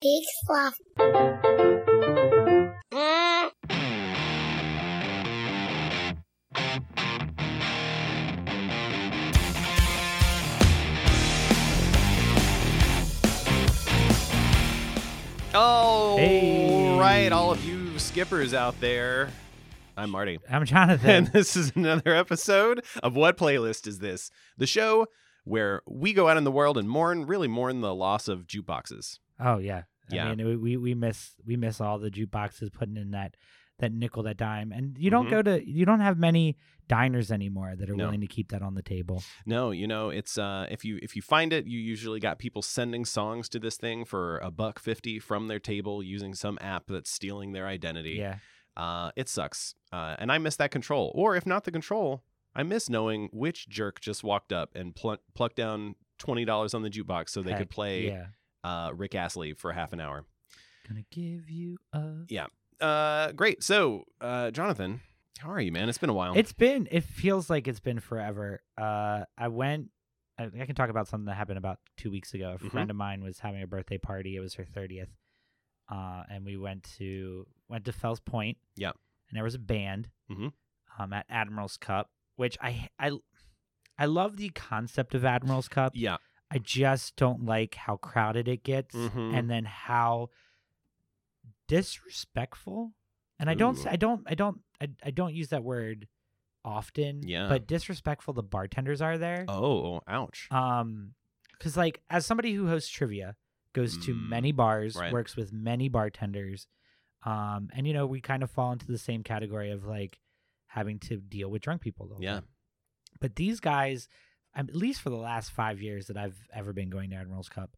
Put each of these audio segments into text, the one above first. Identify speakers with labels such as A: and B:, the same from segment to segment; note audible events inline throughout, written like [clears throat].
A: Big sloth. Mm.
B: Oh,
C: Hey.
B: right, all of you skippers out there. I'm Marty.
C: I'm
B: And [laughs]
C: Jonathan.
B: this is another episode of What Playlist Is This? The show where we go out in the world and mourn, really mourn the loss of jukeboxes.
C: [laughs] oh yeah,
B: Yeah.
C: I mean, we, we we miss we miss all the jukeboxes putting in that that nickel, that dime, and you don't
B: Mhm.
C: go to you don't have many diners anymore that are
B: No.
C: willing to keep that on the table.
B: No, you know, it's uh if you if you find it, you usually got people sending songs to this thing for a buck 50 from their table using some app that's stealing their identity.
C: Yeah,
B: Uh, it sucks. Uh, and I miss that control. Or if not the control, I miss knowing which jerk just walked up and pl- plucked down $20 on the jukebox so they
C: Heck,
B: could play
C: Yeah,
B: uh, Rick Astley for half an hour.
C: gonna give you a.
B: Uh, great. So, uh, Jonathan, how are you, man? It's been a while.
C: It's been. It feels like it's been forever. Uh, I went. I, I can talk about something that happened about two weeks ago. A
B: Mhm.
C: friend of mine was having a birthday party. It was her thirtieth, uh, and we went to went to Fells Point.
B: Yep.
C: And there was a band
B: Mhm.
C: um, at Admiral's Cup, which I I I love the concept of Admiral's Cup.
B: yeah.
C: I just don't like how crowded it gets
B: Mhm.
C: and then how disrespectful and I don't s-
B: Ooh.
C: I don't I don't I, I don't use that word often
B: Yeah.
C: but disrespectful the bartenders are there
B: Oh, ouch.
C: um cuz like as somebody who hosts trivia goes to
B: Mm,
C: many bars
B: right.
C: works with many bartenders um and you know we kind of fall into the same category of like having to deal with drunk people the whole
B: Yeah.
C: time. But these guys, um, at least for the last five years that I've ever been going to Admiral's Cup,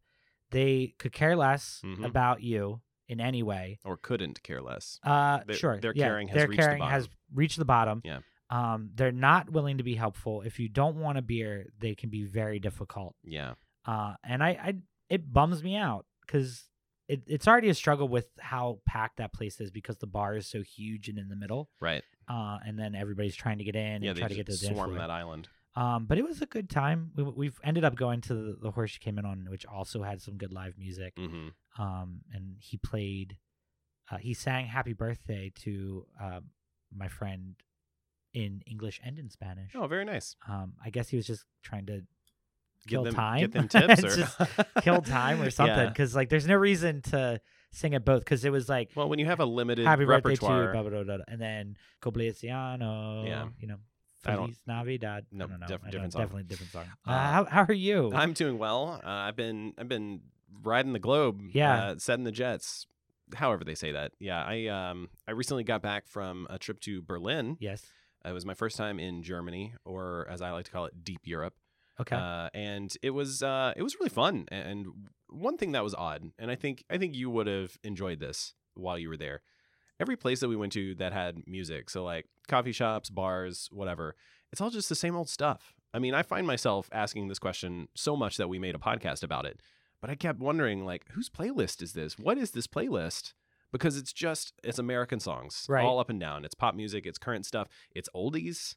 C: they could care less
B: Mhm.
C: about you in any way.
B: or couldn't care less.
C: Uh,
B: Their-
C: sure.
B: their
C: yeah,
B: caring has
C: their
B: reached the
C: caring has
B: bottom.
C: reached the bottom.
B: Yeah.
C: Um, they're not willing to be helpful. If you don't want a beer, they can be very difficult.
B: Yeah.
C: Uh, and I, I it bums me out because it, it's already a struggle with how packed that place is because the bar is so huge and in the middle.
B: Right.
C: Uh, and then everybody's trying to get in
B: yeah.
C: and
B: They
C: try to
B: just
C: get to the dance
B: swarm
C: floor.
B: that island.
C: Um, but it was a good time. We, we've ended up going to the, the horse you came in on, which also had some good live music.
B: Mm-hmm.
C: Um, and he played, uh, he sang "Happy Birthday" to um, my friend in English and in Spanish.
B: Oh, very nice.
C: Um, I guess he was just trying to
B: Give
C: Kill
B: them,
C: time?
B: Get them tips
C: [laughs] It's
B: or
C: just kill time or something,
B: [laughs] Yeah.
C: because like there's no reason to sing it both, because it was like
B: Well, when you have a limited
C: "Happy
B: repertoire,
C: Birthday" to blah, blah, blah, blah, and then "Cumpleaños,"
B: Yeah.
C: you know.
B: I don't-
C: Feliz Navidad.
B: No,
C: I don't know.
B: diff-
C: I don't-
B: different song.
C: Definitely different song. Uh,
B: Uh,
C: how, how are you?
B: I'm doing well. Uh, I've been I've been riding the globe.
C: Yeah.
B: uh, setting the jets. However they say that. Yeah, I um I recently got back from a trip to Berlin.
C: Yes.
B: It was my first time in Germany, or as I like to call it, deep Europe.
C: Okay.
B: Uh, and it was uh it was really fun. A- And one thing that was odd, and I think I think you would have enjoyed this while you were there. Every place that we went to that had music, so like coffee shops, bars, whatever, it's all just the same old stuff. I mean, I find myself asking this question so much that we made a podcast about it, but I kept wondering like, whose playlist is this? What is this playlist? Because it's just it's American songs,
C: Right.
B: all up and down. It's pop music, it's current stuff, it's oldies.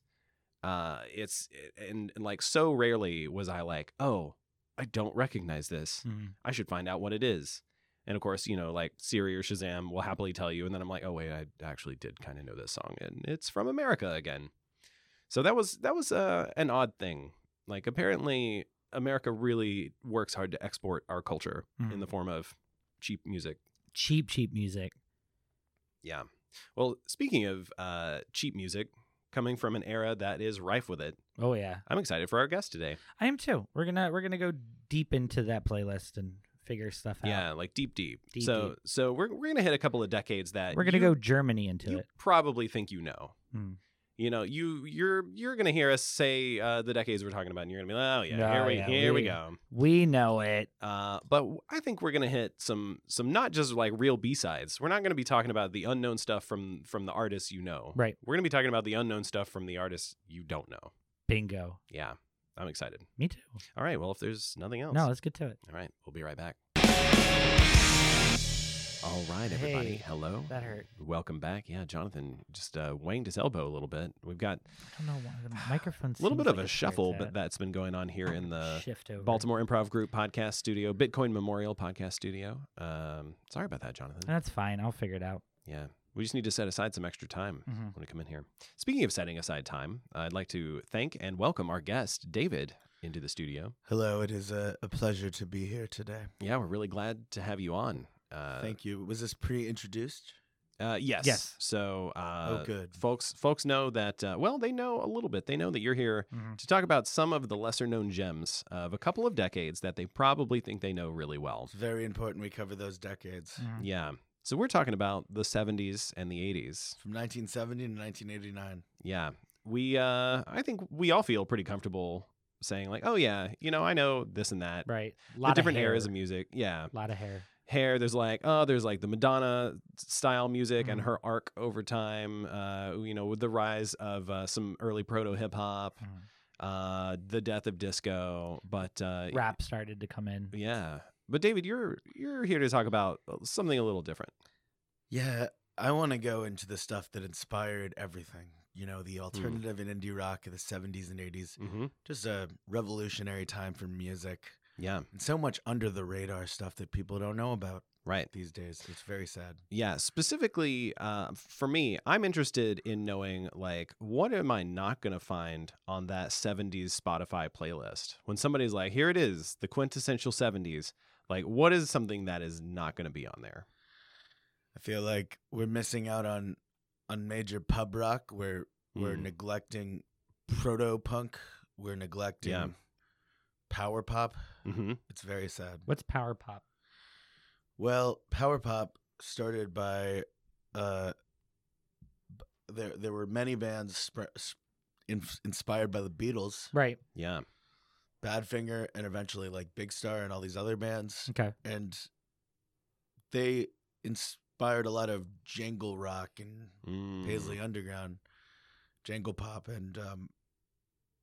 B: Uh, it's and, and like so rarely was I like, oh, I don't recognize this.
C: Mhm.
B: I should find out what it is. And of course, you know, like Siri or Shazam will happily tell you. And then I'm like, oh wait, I actually did kind of know this song, and it's from America again. So that was that was uh, an odd thing. Like apparently, America really works hard to export our culture in
C: Mhm.
B: the form of cheap music.
C: Cheap, cheap music.
B: Yeah. Well, speaking of uh, cheap music coming from an era that is rife with it,
C: Oh yeah,
B: I'm excited for our guest today.
C: I am too. We're gonna we're gonna go deep into that playlist and figure stuff out.
B: Yeah, like deep, deep.
C: Deep,
B: so
C: deep.
B: so we're we're gonna hit a couple of decades that
C: We're gonna
B: you-
C: go Germany into
B: you
C: it.
B: probably think you know.
C: Mm.
B: You know, you you're you're gonna hear us say uh, the decades we're talking about, and you're gonna be like, oh yeah,
C: No,
B: here we
C: yeah,
B: here we,
C: we-
B: go.
C: We know it.
B: Uh, but w- I think we're gonna hit some some not just like real B sides. We're not gonna be talking about the unknown stuff from from the artists you know.
C: Right.
B: We're gonna be talking about the unknown stuff from the artists you don't know.
C: Bingo.
B: Yeah, I'm excited.
C: Me too.
B: All right. Well, if there's nothing else,
C: No, let's get to it.
B: all right, we'll be right back. All right, right, everybody.
C: Hey,
B: Hello.
C: That hurt.
B: Welcome back. Yeah, Jonathan just uh, wanged his elbow a little bit. We've got
C: I don't know why the microphone.
B: [sighs] a little bit of
C: seems like
B: a
C: it's weird
B: shuffle,
C: to
B: but that's been going on here in the
C: shift over.
B: Baltimore Improv Group podcast studio, Bitcoin Memorial podcast studio. Um, sorry about that, Jonathan.
C: That's fine. I'll figure it out.
B: Yeah, we just need to set aside some extra time
C: Mhm.
B: when we come in here. Speaking of setting aside time, I'd like to thank and welcome our guest, David, into the studio.
A: Hello, it is a, a pleasure to be here today.
B: Yeah, we're really glad to have you on. Uh,
A: Thank you. Was this pre-introduced?
B: Uh, yes.
C: Yes.
B: So, uh,
A: oh, good.
B: folks, folks know that. Uh, well, they know a little bit. They know that you're here to talk about some of the lesser known gems of a couple of decades that they probably think they know really well.
A: It's very important we cover those decades
C: Mhm.
B: Yeah. So we're talking about the 70s and the 80s.
A: from 1970 to 1989.
B: Yeah. We uh I think we all feel pretty comfortable saying like, "Oh yeah, you know, I know this and that."
C: Right. A
B: The
C: lot
B: different
C: of hair.
B: eras of music. Yeah.
C: lot of hair.
B: Hair, there's like, oh, there's like the Madonna style music and
C: Mhm.
B: her arc over time, uh, you know, with the rise of uh, some early proto hip hop,
C: Mhm.
B: uh, the death of disco, but uh,
C: Rap started to come in.
B: Yeah. But David, you're you're here to talk about uh, something a little different.
A: Yeah, I want to go into the stuff that inspired everything. You know,
B: Hmm.
A: the alternative and indie rock of the 70s and 80s.
B: Mm-hmm.
A: Just a revolutionary time for music.
B: Yeah.
A: And so much under the radar stuff that people don't know about
B: Right.
A: these days. It's very sad.
B: Yeah, specifically uh, for me, I'm interested in knowing like what am I not going to find on that 70s Spotify playlist? When somebody's like, "Here it is, the quintessential 70s." Like what is something that is not going to be on there?
A: I feel like we're missing out on on major pub rock. We're we're
B: Mm.
A: neglecting proto punk. We're neglecting power pop.
B: Mhm.
A: It's very sad.
C: What's power pop?
A: Well, power pop started by uh, b- there there were many bands sp- sp- inf- inspired by the Beatles,
C: Right.
B: Yeah.
A: Badfinger, and eventually like Big Star and all these other bands,
C: Okay.
A: and they inspired a lot of jangle rock and
B: Mm.
A: Paisley Underground, Jangle Pop, and um,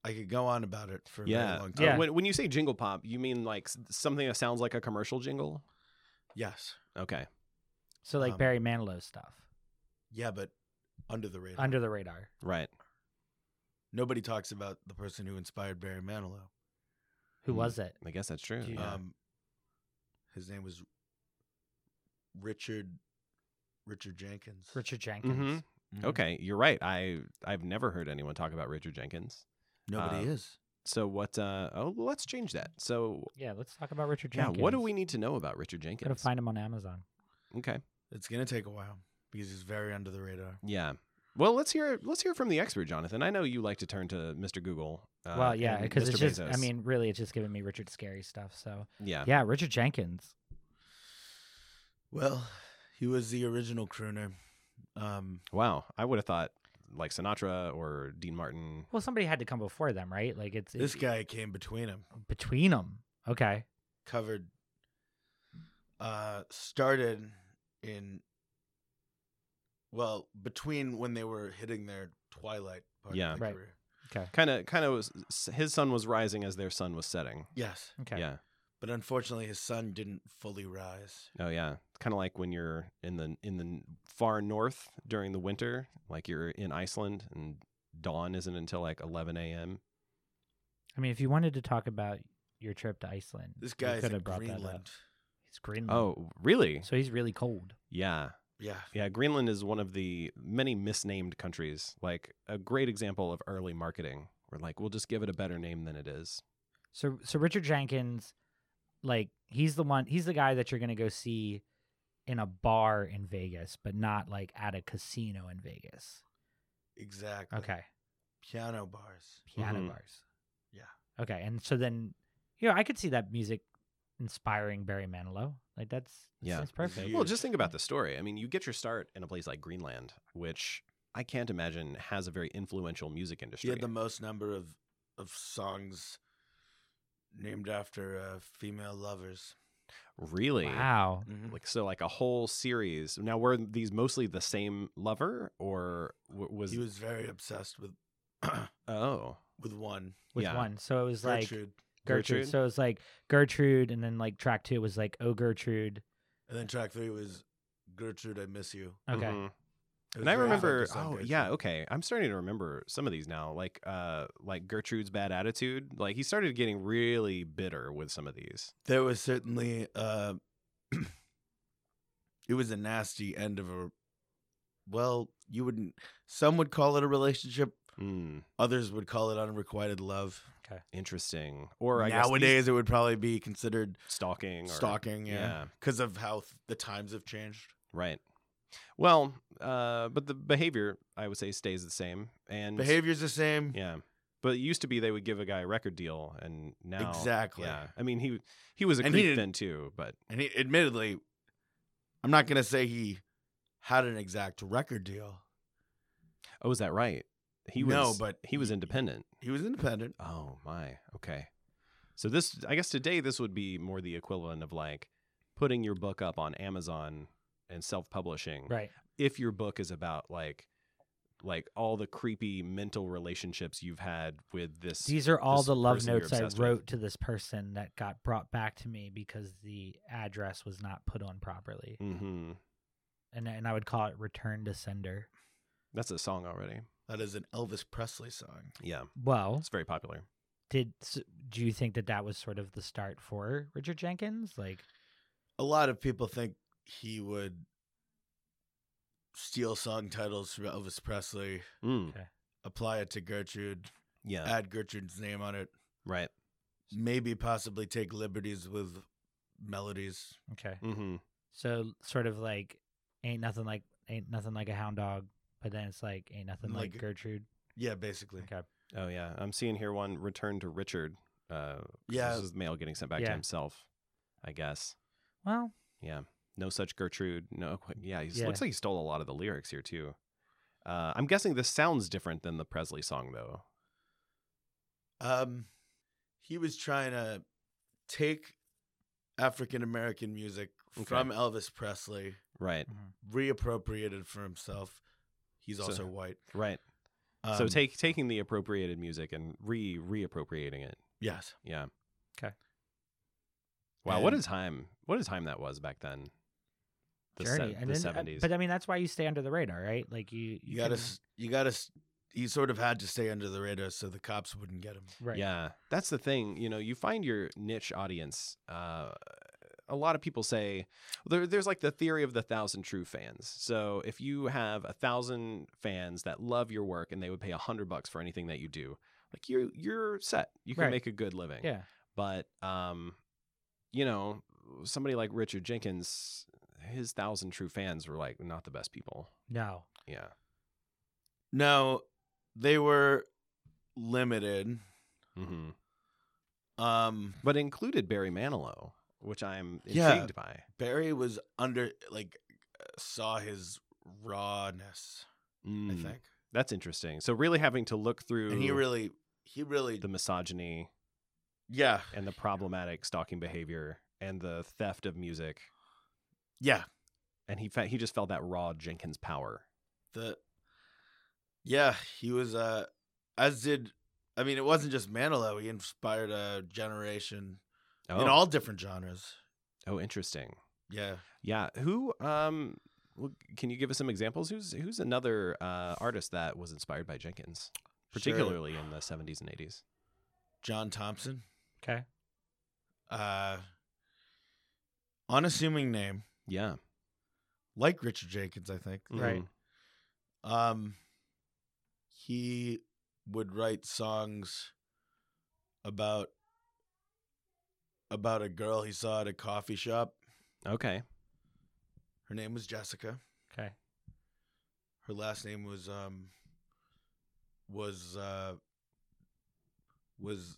A: I could go on about it for a
B: Yeah.
A: very long time.
B: yeah.
C: Yeah.
B: When when you say jingle pop, you mean like s- something that sounds like a commercial jingle?
A: Yes.
B: Okay.
C: So like
A: Um,
C: Barry Manilow stuff
A: Yeah, but under the radar.
C: under the radar.
B: Right.
A: Nobody talks about the person who inspired Barry Manilow.
C: Who
B: Hmm.
C: was it?
B: I guess that's true. uh,
C: Do you-
B: Yeah.
A: Um, his name was Richard Richard Jenkins.
C: Richard
B: Mm-hmm.
C: Jenkins.
A: Mhm.
B: Okay, you're right. I I've never heard anyone talk about Richard Jenkins.
A: Nobody
B: Um,
A: is.
B: So what? Uh, oh, well, let's change that. So
C: Yeah. Let's talk about Richard
B: yeah,
C: Jenkins.
B: what do we need to know about Richard
C: Gotta
B: Jenkins?
C: find him on Amazon.
B: okay,
A: It's gonna take a while because he's very under the radar.
B: yeah. Well, let's hear let's hear from the expert, Jonathan. I know you like to turn to Mr. Google. Uh,
C: well, yeah,
B: and
C: because
B: Mr.
C: it's just. I
B: Bezos.
C: mean, really, it's just giving me Richard Scary stuff. So
B: yeah,
C: yeah, Richard Jenkins.
A: Well, he was the original crooner. Um,
B: Wow, I would have thought like Sinatra or Dean Martin.
C: Well, somebody had to come before them, right? Like it's
A: this
C: it-
A: guy came between him.
C: between them. Okay.
A: covered uh started in well between when they were hitting their twilight part
B: Yeah.
A: of their
C: Right.
A: career.
C: Okay.
B: Kind of, kind of. His sun was rising as their sun was setting.
A: yes
C: Okay.
B: Yeah.
A: but unfortunately his son didn't fully rise
B: Oh yeah. It's kind of like when you're in the in the n- far north during the winter, like you're in Iceland and dawn isn't until like 11 a.m.
C: I mean, if you wanted to talk about your trip to Iceland,
A: this
C: you
A: guy's
C: could
A: in
C: have brought that
A: greenland
C: up. It's Greenland.
B: Oh, really?
C: Mm-hmm. so he's really cold.
B: Yeah.
A: yeah
B: Yeah, Greenland is one of the many misnamed countries. Like a great example of early marketing. We're like, we'll just give it a better name than it is.
C: So so Richard Jenkins, like he's the one, he's the guy that you're gonna go see in a bar in Vegas, but not like at a casino in Vegas.
A: exactly
C: Okay.
A: piano bars
C: Piano
B: Mhm.
C: bars.
A: Yeah.
C: Okay, and so then, you know, I could see that music inspiring Barry Manilow. Like that's
B: Yeah.
C: yeah, that's perfect.
B: Well, just think about the story. I mean, you get your start in a place like Greenland, which I can't imagine has a very influential music
A: he
B: industry.
A: had the most number of of songs named after uh, female lovers
B: really?
C: Wow.
B: like so like a whole series now were these mostly the same lover or w- was,
A: he was very obsessed with [clears throat]
B: oh
A: with one
C: Which
B: Yeah.
C: one? So it was like Gertrude.
A: Gertrude.
B: Gertrude?
C: So it was like Gertrude, and then like track two was like Oh Gertrude.
A: And then track three was Gertrude, I miss you.
C: Okay.
B: Mhm.
A: It was
B: And I
A: very
B: remember,
A: focused on
B: oh
A: Gertrude.
B: yeah, okay. I'm starting to remember some of these now, like uh, like Gertrude's bad attitude. Like he started getting really bitter with some of these.
A: There was certainly, uh, [clears throat] it was a nasty end of a, well, you wouldn't, some would call it a relationship, Hmm.
B: Mm,
A: others would call it unrequited love.
B: interesting. Or I guess these-
A: Nowadays, it would probably be considered
B: stalking, or,
A: stalking, yeah,
B: yeah,
A: because of how th- the times have changed.
B: right. Well, uh, but the behavior I would say stays the same, and
A: Behavior's the same.
B: Mm. yeah. But it used to be they would give a guy a record deal, and now
A: Exactly.
B: yeah. I mean he he was a
A: And he
B: creep
A: didn't-
B: then too, but
A: And he, admittedly, I'm not going to say he had an exact record deal.
B: oh, is that right? He was
A: No, but
B: he was
A: he-
B: independent.
A: He was independent.
B: Oh my. Okay. So this I guess today this would be more the equivalent of like putting your book up on Amazon and self-publishing.
C: Right.
B: If your book is about like like all the creepy mental relationships you've had with this
C: These are all
B: this
C: the love
B: person you're
C: notes I
B: obsessed
C: wrote
B: with.
C: to this person that got brought back to me because the address was not put on properly.
B: Mhm.
C: And and I would call it return to sender.
B: That's a song already.
A: That is an Elvis Presley song.
B: Yeah.
C: Well,
B: It's very popular.
C: did s- do you think that that was sort of the start for Richard Jenkins? Like
A: A lot of people think he would steal song titles from Elvis Presley,
B: Mm.
A: apply it to Gertrude,
B: Yeah.
A: add Gertrude's name on it,
B: right.
A: maybe possibly take liberties with melodies.
C: okay.
B: Mhm.
C: So sort of like ain't nothing like ain't nothing like a hound dog, but then it's like ain't nothing like,
B: e
A: Like-
C: Gertrude.
A: Yeah, basically.
C: Okay.
B: Oh yeah, I'm seeing here one return to Richard. Uh, 'cause
A: Yeah.
B: this is mail getting sent back to
C: Yeah.
B: himself, I guess.
C: Well,
B: Yeah, no such Gertrude. No, qu- yeah, he s-
C: Yeah.
B: looks like he stole a lot of the lyrics here too. Uh, I'm guessing this sounds different than the Presley song though.
A: Um, he was trying to take African American music
B: Okay.
A: from Elvis Presley,
B: Right,
C: mm-hmm.
A: reappropriated it for himself. He's
B: So-
A: also white.
B: right. so
A: Um,
B: take taking the appropriated music and re reappropriating it.
A: yes,
B: Yeah.
C: 'Kay.
B: Wow, what a
A: And-
B: time! What a time that was back then. The se-
C: journey. and
B: the
C: then- uh,
B: seventies.
C: But I mean, that's why you stay under the radar, right? Like you, you,
A: you gotta,
C: couldn't-
A: s you gotta. s He sort of had to stay under the radar so the cops wouldn't get him.
C: right.
B: Yeah, that's the thing. You know, you find your niche audience. Uh, a lot of people say there, there's like the theory of the thousand true fans. So if you have a thousand fans that love your work and they would pay a hundred bucks for anything that you do, like you're you're set. You can
C: Right.
B: make a good living.
C: Yeah.
B: But um, you know, somebody like Richard Jenkins, his thousand true fans were like not the best people.
C: No.
B: Yeah.
A: No, they were limited.
B: hmm
A: Um,
B: But included Barry Manilow, which I'm intrigued
A: Yeah.
B: by.
A: Barry was under like saw his rawness. I
B: Mm.
A: think,
B: That's interesting. So really having to look through
A: and he really, he really,
B: the misogyny
A: yeah,
B: and the problematic stalking behavior and the theft of music,
A: yeah.
B: and he fe- he just felt that raw Jenkins power.
A: the yeah he was uh as did i mean it wasn't just manilow he inspired a generation
B: Oh,
A: in all different genres
B: oh, interesting.
A: yeah
B: Yeah, who um. well, Can you give us some examples? Who's who's another uh, artist that was inspired by Jenkins, particularly in the seventies and eighties?
A: john thompson
C: Okay.
A: uh unassuming name
B: Yeah,
A: like richard jenkins i think
C: Right.
B: Mhm.
A: um he would write songs about about a girl he saw at a coffee shop
B: Okay.
A: her name was jessica
C: Okay.
A: her last name was um was uh was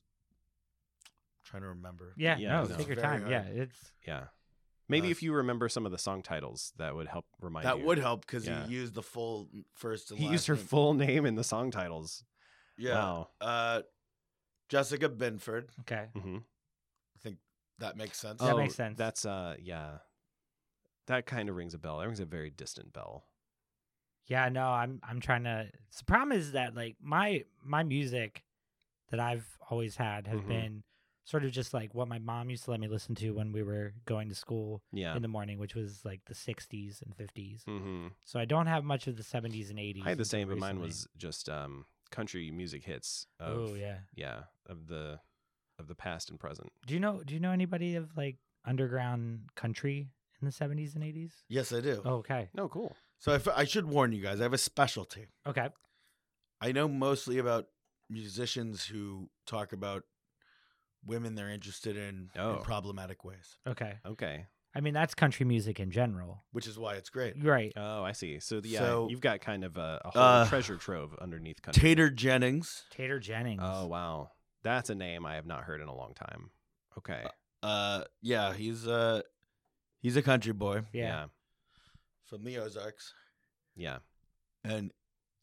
A: trying to remember
C: Yeah.
B: Yeah,
C: no,
B: no.
C: Take your
A: Very
C: time. Yeah.
A: hard.
C: It's
B: Yeah. Maybe
A: Uh,
B: if you remember some of the song titles, that would help remind.
A: that
B: you.
A: would help because
B: Yeah.
A: he used the full first and
B: He
A: last
B: used her
A: name.
B: full name in the song titles.
A: yeah
B: Wow.
A: uh jessica benford
C: okay.
B: Mm-hmm.
A: i think that makes sense
B: Oh.
C: That makes sense.
B: That's uh, yeah, that kind of rings a bell. That rings a very distant bell.
C: Yeah. No, I'm I'm trying to. The problem is that like my my music that I've always had has
B: Mhm.
C: been sort of just like what my mom used to let me listen to when we were going to school
B: Yeah.
C: in the morning, which was like the 60s and 50s. [laughs]
B: hmm
C: So I don't have much of the 70s and 80s.
B: I had the
C: until
B: same, but mine
C: recently.
B: was just um, country music hits. Of,
C: Oh yeah.
B: yeah, of the of the past and present.
C: Do you know do you know anybody of like underground country in the 70s and 80s?
A: Yes, I do.
C: Oh, okay.
B: No, cool.
A: So I, f- I should warn you guys. I have a specialty.
C: Okay.
A: I know mostly about musicians who talk about women they're interested in
B: Oh.
A: in problematic ways,
C: Okay.
B: Okay.
C: I mean, that's country music in general.
A: which is why it's great.
C: Right.
B: Oh, I see. So yeah,
A: So-
B: you've got kind of a, a whole
A: Uh,
B: treasure trove underneath country.
A: Tater Jennings,
C: Tater Jennings.
B: Oh wow, that's a name I have not heard in a long time. Okay.
A: uh, yeah, he's uh, he's a country boy
C: yeah.
B: yeah.
A: from the Ozarks,
B: Yeah.
A: and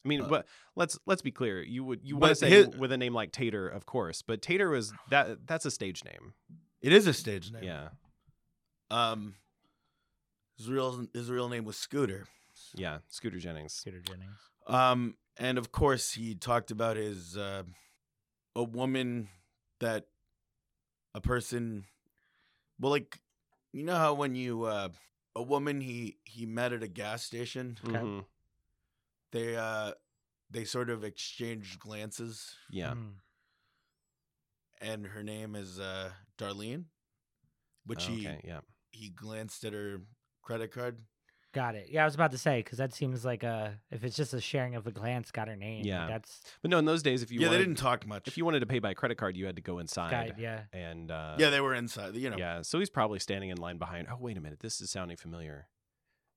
B: I mean,
A: Uh,
B: but let's let's be clear. You would you want to
A: but
B: say
A: his-
B: with a name like Tater, of course, but Tater was that that's a stage name.
A: it is a stage name.
B: Yeah,
A: Um, his real his real name was Scooter.
B: yeah. Scooter Jennings.
C: Tater Jennings.
A: Um, and of course, he talked about his uh, a woman that a person, well, like you know how when you uh, a woman he he met at a gas station,
C: Okay.
B: Mhm.
A: they uh, they sort of exchanged glances,
B: Yeah.
C: Mm.
A: and her name is uh, Darlene, which
B: Oh,
A: he
B: okay. Yeah.
A: he glanced at her credit card.
C: Got it. Yeah, I was about to say because that seems like a if it's just a sharing of a glance, got her name. like,
B: Yeah.
C: that's
B: But no, in those days, if you
A: yeah,
B: wanted,
A: they didn't talk much.
B: if you wanted to pay by credit card, you had to go
C: got
B: inside.
C: it, yeah.
B: And uh,
A: yeah, they were inside. You know,
B: yeah. So he's probably standing in line behind. Oh wait a minute, this is sounding familiar.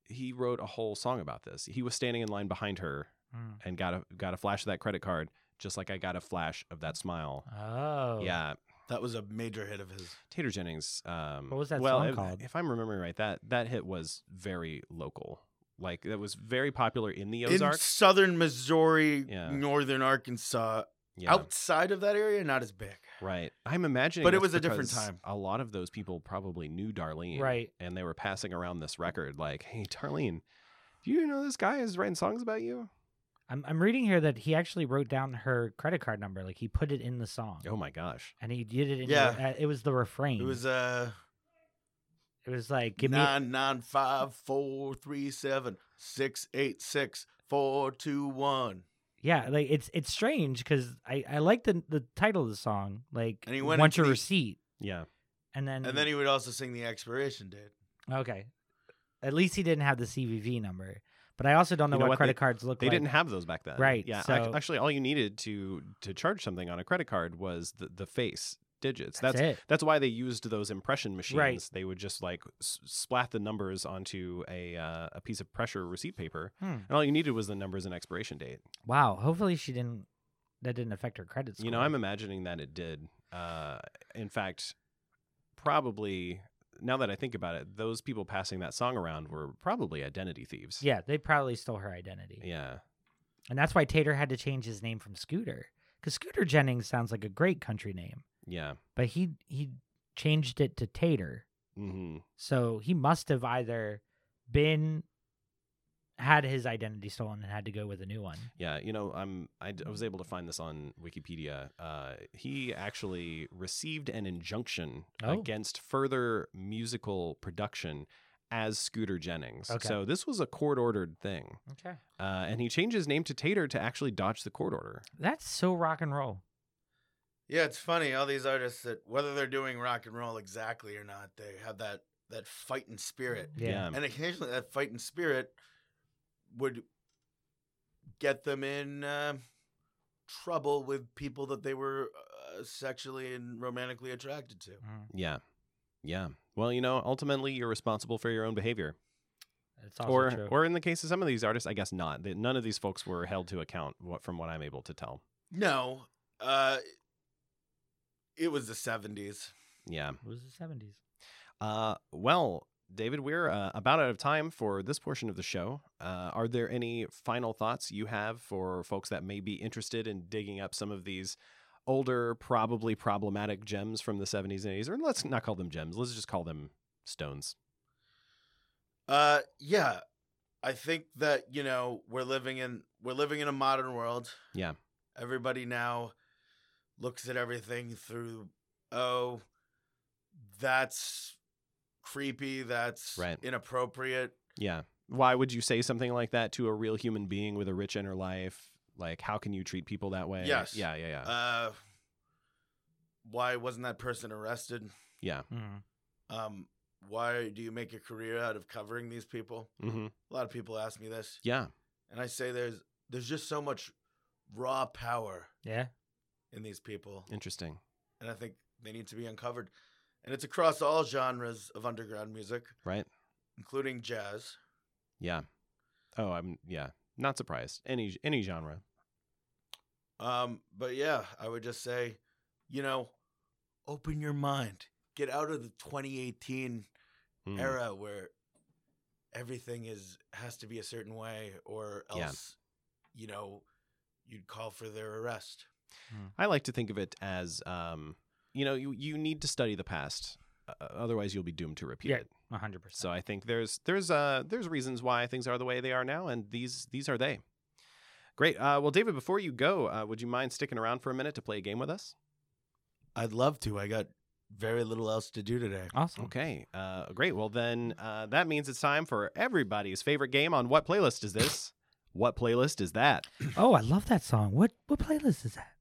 B: He wrote a whole song about this. He was standing in line behind her
C: Mm.
B: and got a got a flash of that credit card, just like I got a flash of that smile.
C: Oh,
B: Yeah.
A: that was a major hit of his.
B: Tater Jennings. Um,
C: What was that
B: well,
C: song
B: if,
C: called?
B: If I'm remembering right, that that hit was very local. Like that was very popular in the
A: in
B: Ozarks.
A: southern Missouri,
B: Yeah.
A: northern Arkansas.
B: yeah,
A: Outside of that area, not as big.
B: right. I'm imagining,
A: But it
B: that's
A: was a different
B: because
A: time.
B: A lot of those people probably knew Darlene,
C: Right.
B: And they were passing around this record, like, "Hey, Darlene, do you know this guy is writing songs about you?"
C: I'm I'm reading here that he actually wrote down her credit card number, like he put it in the song,
B: Oh my gosh,
C: and he did it. In
A: Yeah.
C: the, uh, it was the refrain.
B: Mm.
A: It was uh
C: it was like give me
A: nine nine five four three seven six eight six four two one.
C: yeah, like it's it's strange because I I like the the title of the song, like
A: And he went
C: want
A: into
C: your
A: the-
C: receipt,
B: yeah,
C: and then
B: Mm.
A: And then he would also sing the expiration date.
C: okay, at least he didn't have the CVV number, but I also don't know,
B: You know
C: what,
B: what? They-
C: credit cards look
B: they
C: like.
B: didn't have those back then,
C: Right,
B: Yeah, ac-
C: so-
B: actually, all you needed to to charge something on a credit card was the the face digits. That's
C: it.
B: That's why they used those impression machines.
C: Right.
B: They would just like s- splat the numbers onto a uh, a piece of pressure receipt paper,
C: Hmm.
B: and all you needed was the numbers and expiration date.
C: Wow. Hopefully she didn't. That didn't affect her credit score.
B: You know, I'm imagining that it did. Uh, in fact, probably now that I think about it, those people passing that song around were probably identity thieves.
C: yeah, they probably stole her identity,
B: Yeah.
C: and that's why Tater had to change his name from Scooter because Scooter Jennings sounds like a great country name,
B: Yeah.
C: but he he changed it to Tater,
B: hmm
C: so he must have either been had his identity stolen and had to go with a new one.
B: Yeah, you know, I'm I, d- I was able to find this on Wikipedia. Uh, he actually received an injunction
C: Oh.
B: against further musical production as Scooter Jennings.
C: Okay.
B: So this was a court ordered thing,
C: Okay,
B: uh, and he changed his name to Tater to actually dodge the court order.
C: that's so rock and roll.
A: Yeah, it's funny all these artists that whether they're doing rock and roll exactly or not, they have that that fighting spirit.
C: Yeah.
A: And occasionally that fighting spirit would get them in uh, trouble with people that they were uh, sexually and romantically attracted to.
C: Mm.
B: yeah, yeah. Well, you know, ultimately you're responsible for your own behavior,
C: That's also
B: or
C: true.
B: or in the case of some of these artists, I guess not. They- None of these folks were held to account, what, from what I'm able to tell.
A: No, uh, it was the seventies.
B: Yeah.
C: it was the seventies.
B: Uh, well, David, we're uh, about out of time for this portion of the show. Uh, are there any final thoughts you have for folks that may be interested in digging up some of these older, probably problematic gems from the 70s and 80s? Or let's not call them gems, let's just call them stones.
A: Uh, yeah, I think that you know we're living in we're living in a modern world.
B: Yeah.
A: everybody now looks at everything through oh, that's creepy, that's
B: Right.
A: inappropriate.
B: Yeah. Why would you say something like that to a real human being with a rich inner life? Like, how can you treat people that way?
A: Yes.
B: Yeah, yeah, yeah.
A: Uh, why wasn't that person arrested?
B: yeah.
C: Mm.
A: Um, why do you make a career out of covering these people?
B: hmm
A: A lot of people ask me this,
B: Yeah.
A: and I say there's there's just so much raw power
C: Yeah.
A: in these people,
B: Interesting.
A: and I think they need to be uncovered. And it's across all genres of underground music,
B: Right.
A: including jazz.
B: Yeah. Oh, I'm, yeah. Not surprised. Any, any genre.
A: Um, but yeah, I would just say, you know, open your mind. Get out of the 2018
B: Mm.
A: era where everything is has to be a certain way or
B: Yeah.
A: else you know you'd call for their arrest
B: I like to think of it as, um, you know, you, you need to study the past. Uh, otherwise, you'll be doomed to repeat
C: Yeah.
B: it.
C: One hundred percent.
B: So I think there's there's uh there's reasons why things are the way they are now, and these these are they. Great. Uh, well, David, before you go, uh, would you mind sticking around for a minute to play a game with us?
A: i'd love to i got very little else to do today
C: Awesome.
B: Okay, uh, great. Well, then uh, that means it's time for everybody's favorite game on What Playlist Is This? what Playlist Is That?
C: Oh, I love that song. What what playlist is that?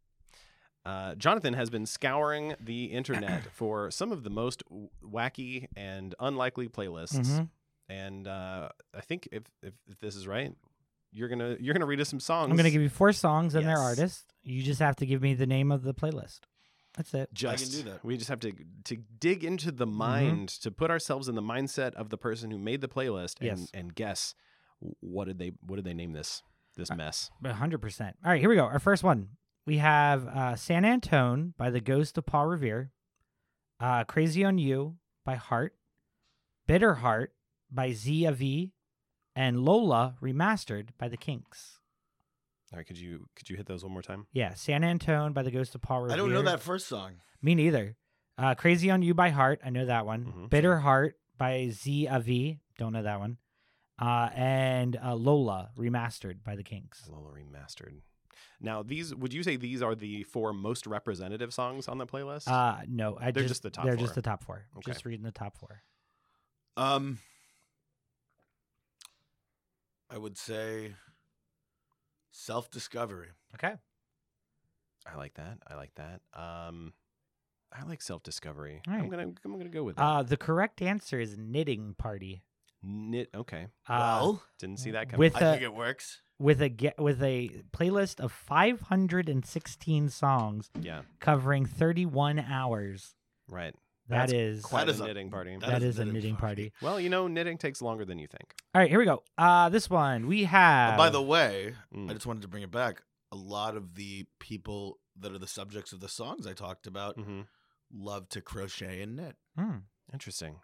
B: Uh, Jonathan has been scouring the internet for some of the most w- wacky and unlikely playlists.
C: Mhm.
B: And uh, I think if, if, if this is right, you're gonna you're gonna read us some songs.
C: I'm gonna give you four songs and their
B: Yes.
C: artist. You just have to give me the name of the playlist. That's it.
B: just
A: do that.
B: we just have to to dig into the
C: Mm-hmm.
B: mind to put ourselves in the mindset of the person who made the playlist and,
C: Yes.
B: and guess w- what did they what did they name this this
C: Uh,
B: mess
C: A hundred percent. All right, here we go. Our first one. We have uh, San Antone by the Ghost of Paul Revere, uh, Crazy on You by Heart, Bitter Heart by Zia V, and Lola remastered by the Kinks.
B: all right could you could you hit those one more time
C: Yeah, San Antone by the Ghost of Paul Revere.
A: i don't know that first song
C: Me neither. Uh, Crazy on You by Heart. I know that one.
A: Mm-hmm.
B: Mhm.
C: Bitter Heart by Z Avi. Don't know that one. Uh, and uh, Lola remastered by the Kinks.
B: Lola remastered now these would you say these are the four most representative songs on the playlist
C: Uh, no, I
B: They're just the top
C: They're
B: four.
C: just the top four.
B: Okay.
C: Just reading the top four.
A: um i would say self-discovery
C: Okay.
B: i like that i like that um i like self-discovery
C: All
B: i'm
C: right.
B: gonna i'm gonna go with that.
C: Uh, the correct answer is Knitting Party.
B: knit okay
C: Uh,
A: well
B: didn't see that coming
C: with
A: i
C: the-
A: think it works
C: with a ge- with a playlist of 516 songs
B: yeah
C: covering 31 hours.
B: right
C: That
B: That's
C: is-
B: quite
A: That
B: a
A: is a-
B: knitting party
A: that
C: that is, a knitting party.
B: well you know knitting takes longer than you think
C: All right, here we go. Uh, this one we have.
A: by the way
B: Mm.
A: I just wanted to bring it back. A lot of the people that are the subjects of the songs I talked about
B: Mm-hmm.
A: love to crochet and knit.
C: Hmm.
B: Interesting.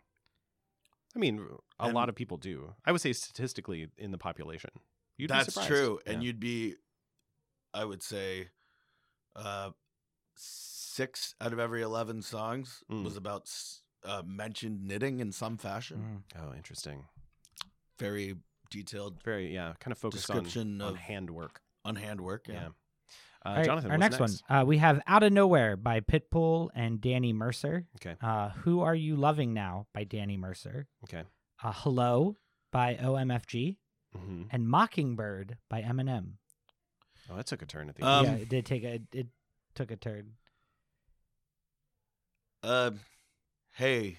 B: I mean, a
A: And-
B: lot of people do. I would say statistically in the population. You'd be
A: That's
B: surprised.
A: true. And
B: Yeah.
A: you'd be, I would say, uh, six out of every 11 songs
B: Mm.
A: was about s- uh, mentioned knitting in some fashion.
C: Hmm.
B: Oh, interesting.
A: Very detailed
B: Very yeah, kind of focused on,
A: description
B: on
A: of
B: handwork.
A: on handwork.
B: Yeah.
A: Yeah.
B: Uh,
C: All right,
B: Jonathan,
C: our
B: what's
C: next, one. Uh, we have Out of Nowhere by Pitbull and Danny Mercer.
B: Okay.
C: Uh, Who Are You Loving Now by Danny Mercer.
B: Okay.
C: Uh, Hello by OMFG
B: hmm
C: and Mockingbird by Eminem.
B: Oh, that took a turn at the
A: Um,
C: yeah, it did take a it, it took a turn.
A: Uh, hey,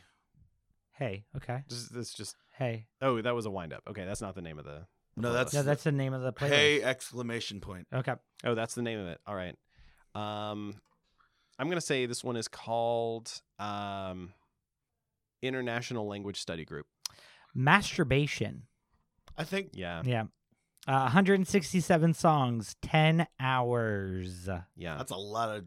C: Hey, okay.
B: This, this just
C: Hey.
B: oh, that was a wind up. Okay, that's not the name of the. the
A: No, that's-
C: No,
B: playlist.
C: that's the name of the playlist.
A: hey, exclamation point.
C: Okay.
B: oh, that's the name of it. All right. Um, I'm gonna say this one is called um, International Language Study Group.
C: Masturbation.
A: I think
B: Yeah,
C: Yeah. Uh, 167 songs, 10 hours.
B: yeah.
A: that's a lot of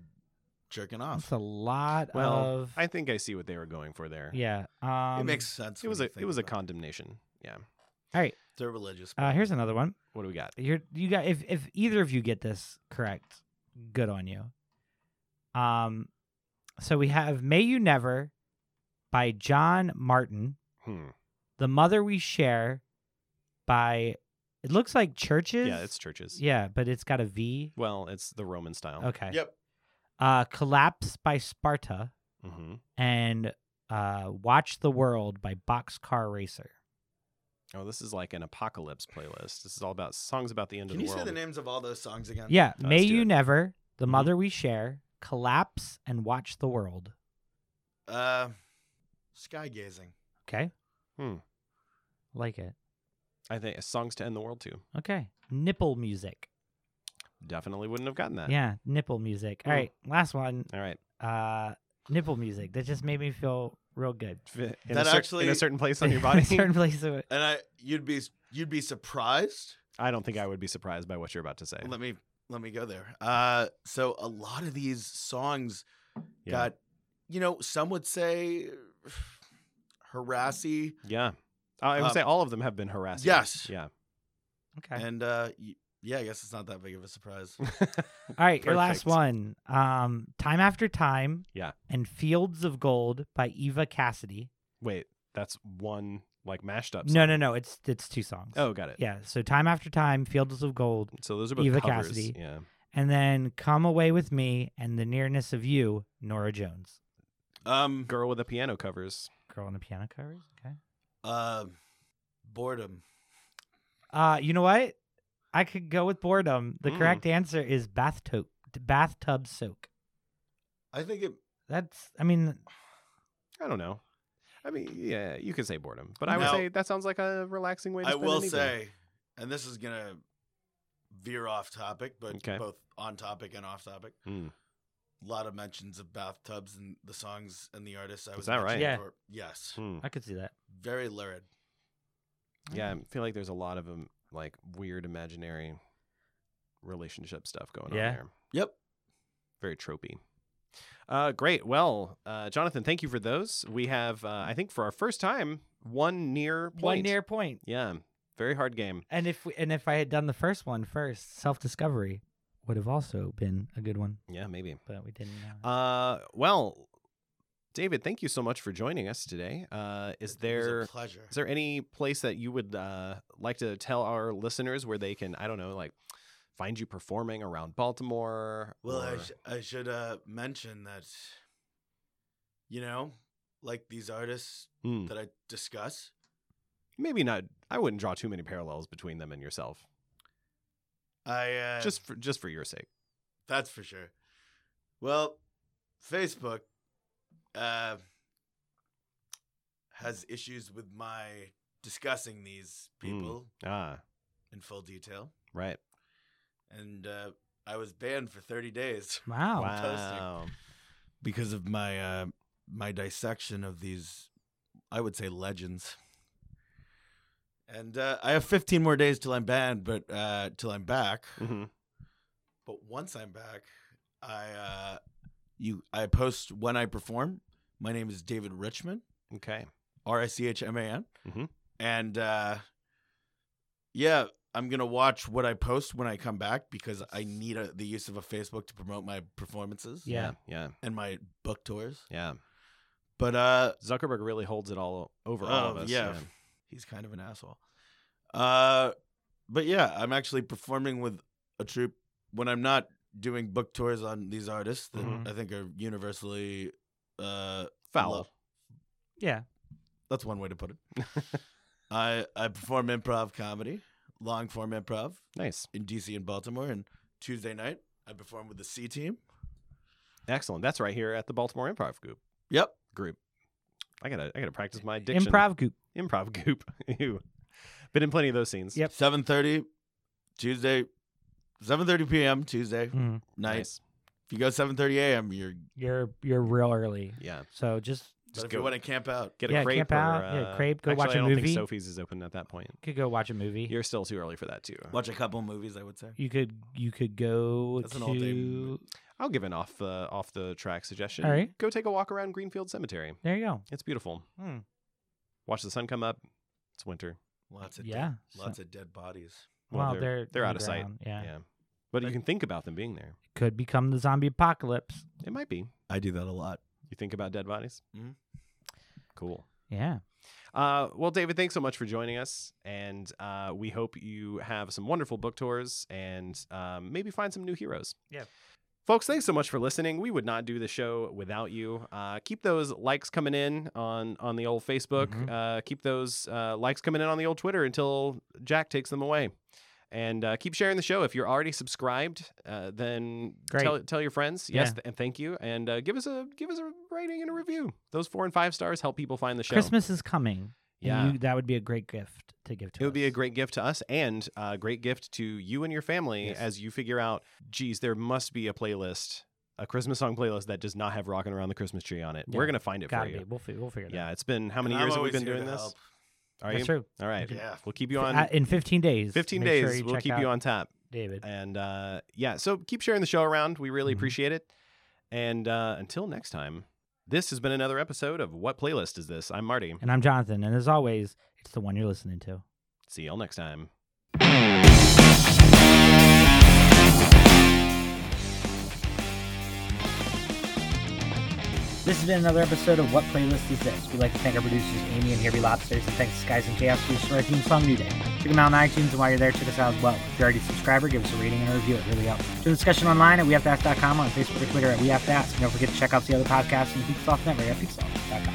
A: jerking off.
C: That's a lot
B: well,
C: of
B: I think I see what they were going for there.
C: Yeah. Um
A: it makes sense.
B: It
A: when
B: was
A: you
B: a it
A: think
B: was a
A: about
B: condemnation. Yeah.
C: All right.
A: They're religious.
C: Uh, here's another one.
B: What do we got?
C: You're you got if if either of you get this correct, good on you. Um, so we have "May You Never" by John Martin,
B: Hmm.
C: "The Mother We Share" by it looks like churches.
B: Yeah, it's churches.
C: yeah, but it's got a V.
B: Well, it's the Roman style.
C: Okay.
A: Yep.
C: Uh, "Collapse" by Sparta
B: Mm-hmm.
C: and uh, Watch the World by Boxcar Racer.
B: Oh, this is like an apocalypse playlist. This is all about songs about the end
A: Can
B: of
A: you
B: the world.
A: say the names of all those songs again?
C: Yeah,
B: Let's
C: May
B: do
C: You
B: it.
C: Never, The
B: Mhm.
C: Mother We Share, Collapse, and Watch the World.
A: Uh, skygazing.
C: Okay.
B: Hmm.
C: Like it.
B: I think songs to end the world too.
C: Okay. Nipple music.
B: Definitely wouldn't have gotten that.
C: Yeah, nipple music. All
B: Hmm.
C: right, last one.
B: All right.
C: Uh, nipple music. That just made me feel real good.
B: F- In, a
A: That
B: cer-
A: actually-
B: in a certain place on
C: [laughs]
B: your body.
C: A certain place of it.
A: And I, you'd be, you'd be surprised.
B: I don't think I would be surprised by what you're about to say.
A: Let me, let me go there. Uh, so a lot of these songs
B: Yeah.
A: got, you know, some would say harassy,
B: Yeah. Uh, I would
A: Um,
B: say all of them have been harassing.
A: yes. [laughs]
B: Yeah.
C: Okay.
A: and uh, y- yeah, I guess it's not that big of a surprise.
C: All right, your last
B: Perfect.
C: one. Um, Time After Time.
B: Yeah.
C: And Fields of Gold by Eva Cassidy.
B: Wait, that's one like mashed up.
C: No,
B: song.
C: no, no. It's it's two songs.
B: Oh, got it.
C: Yeah. So Time After Time, Fields of Gold,
B: So those are both
C: Eva
B: covers.
C: Cassidy.
B: Yeah.
C: and then Come Away with Me and The Nearness of You, Nora Jones.
A: Um,
B: Girl with a piano covers.
C: Girl on the piano covers. Okay.
A: uh, boredom.
C: Uh, you know what? I could go with boredom. The
B: Mm.
C: correct answer is bathtub bathtub soak.
A: I think it.
C: That's I mean
B: I don't know. I mean, yeah, you could say boredom, but I would
A: Now-
B: say that sounds like a relaxing way to
A: I
B: spend an
A: will
B: evening.
A: say, and this is gonna veer off topic, but
B: Okay.
A: both on topic and off topic.
B: Mm.
A: A lot of mentions of bathtubs and the songs and the artists. I was
B: that right?
A: mentioning
C: Yeah.
A: for- yes.
B: Hmm.
C: I could see that.
A: Very lurid.
B: Yeah, I feel like there's a lot of um, like weird imaginary relationship stuff going
C: Yeah.
B: on there.
A: Yep.
B: Very tropey. Uh, great. Well, uh, Jonathan, thank you for those. We have, uh, I think, for our first time, one near point.
C: One near point.
B: Yeah, very hard game.
C: And if we, and if I had done the first one first, self discovery would have also been a good one,
B: Yeah, maybe.
C: but we didn't. Uh,
B: Uh, well, David, thank you so much for joining us today. Uh, is
A: It was a
B: there
A: pleasure?
B: is there any place that you would uh, like to tell our listeners where they can, I don't know, like find you performing around Baltimore?
A: Well, I,
B: or-
A: sh- I should uh, mention that, you know, like these artists
B: Hmm.
A: that I discuss,
B: maybe not. I wouldn't draw too many parallels between them and yourself,
A: I uh,
B: just for, just for your sake.
A: That's for sure. Well, Facebook uh, has issues with my discussing these
B: Mm.
A: people
B: Ah,
A: in full detail,
B: right.
A: and uh, I was banned for 30 days [laughs]
C: wow.
B: wow.
A: because of my uh, my dissection of these, I would say, legends. And uh, I have 15 more days till I'm banned, but uh, till I'm back.
B: Mhm.
A: But once I'm back, I uh, you I post when I perform. My name is David Richman,
B: Okay.
A: R I C H M A N,
B: Mhm.
A: and uh, yeah, I'm gonna watch what I post when I come back because I need a, the use of a Facebook to promote my performances
C: Yeah.
B: Yeah.
A: and my book tours.
B: Yeah.
A: But uh,
B: Zuckerberg really holds it all over all of
A: oh,
B: us.
A: yeah, he's kind of an asshole. Uh, but yeah, I'm actually performing with a troupe when I'm not doing book tours on these artists that
B: Mhm.
A: I think are universally. Uh,
B: Foul.
A: Love-
C: Yeah.
A: that's one way to put it. I I perform improv comedy, long form improv
B: Nice.
A: in DC and Baltimore, and Tuesday night I perform with the C team.
B: Excellent. That's right here at the Baltimore Improv Group.
A: Yep,
B: Group. I gotta. I gotta practice my diction.
C: Improv group.
B: Improv [laughs] Group. Ew. Been in plenty of those scenes.
C: Yep.
A: seven thirty Tuesday, seven thirty p.m. Tuesday
C: Mm.
A: night.
B: Nice.
A: If you go seven thirty a.m., you're
C: You're you're real early.
B: Yeah.
C: So just
A: Just
B: Just
A: if you
B: go-
A: want to camp out,
B: Get a
C: Yeah,
B: crepe
C: camp
B: or,
C: out. Yeah,
B: uh,
C: crepe, go
B: actually,
C: watch a
B: I don't
C: movie.
B: Think Sophie's is open at that point.
C: could go watch a movie.
B: You're still too early for that too.
A: watch a couple movies. I would say.
C: you could you could go
A: That's
C: to
A: an all-day movie.
B: I'll give an off the off the track suggestion.
C: All right.
B: Go take a walk around Greenfield Cemetery.
C: there you go.
B: It's beautiful.
C: Hmm.
B: Watch the sun come up. It's winter.
A: Lots of
C: Yeah,
A: dead,
C: so-
A: lots of dead bodies.
B: Well, they're-
C: Well, they're
B: they're
C: in
B: out
C: the
B: of sight.
C: ground, Yeah.
B: But you can think about them being there.
C: could become the zombie apocalypse.
B: It might be.
A: I do that a lot.
B: You think about dead bodies.
C: Mm-hmm.
A: Mhm.
B: Cool.
C: Yeah.
B: Uh, well, David, thanks so much for joining us, and uh, we hope you have some wonderful book tours and um, maybe find some new heroes.
C: Yeah.
B: Folks, thanks so much for listening. We would not do the show without you. Uh, keep those likes coming in on on the old Facebook.
C: Mhm.
B: Uh, keep those uh, likes coming in on the old Twitter until Jack takes them away. And uh, keep sharing the show. If you're already subscribed, uh, then
C: Great.
B: tell tell your friends. Yes,
C: Yeah.
B: th- and thank you. And uh, give us a give us a rating and a review. Those four and five stars help people find the show.
C: Christmas is coming.
B: Yeah.
C: And you, that would be a great gift to give to
B: It would be a
C: us.
B: great gift to us and a great gift to you and your family
C: Yes.
B: as you figure out, geez, there must be a playlist, a Christmas song playlist that does not have Rockin' Around the Christmas Tree on it. We're
C: Yeah.
B: going to find it
C: Gotta
B: for
C: be.
B: you.
C: We'll, fi- we'll figure it out.
B: Yeah, it's been how many
A: And I'm
B: years have we
A: always
B: been
A: here
B: doing
A: to
B: this?
A: help.
B: Are
C: That's
B: you?
C: true.
B: All right.
A: Yeah.
B: We'll keep you
C: F-
B: on
C: uh, in 15 days.
B: 15
C: make
B: days.
C: sure you
B: we'll
C: check
B: keep
C: out
B: you on tap.
C: David.
B: And uh, yeah, so keep sharing the show around. We really
C: Mhm.
B: appreciate it. And uh, until next time, this has been another episode of What Playlist Is This? I'm Marty.
C: And I'm Jonathan. And as always, it's the one you're listening to.
B: See y'all next time.
C: This has been another episode of What Playlist Is This? We'd like to thank our producers, Amy and Here Be Lobsters, and thanks to Skies and Chaos Producers for our theme song, New Day. Check them out on iTunes, and while you're there, check us out as well. If you're already a subscriber, give us a rating and a review. It really helps. Join the discussion online at WeHaveToAsk.com, on Facebook or Twitter at WeHaveToAsk. And don't forget to check out the other podcasts on the Peaksoft Network at Peaksoft.com.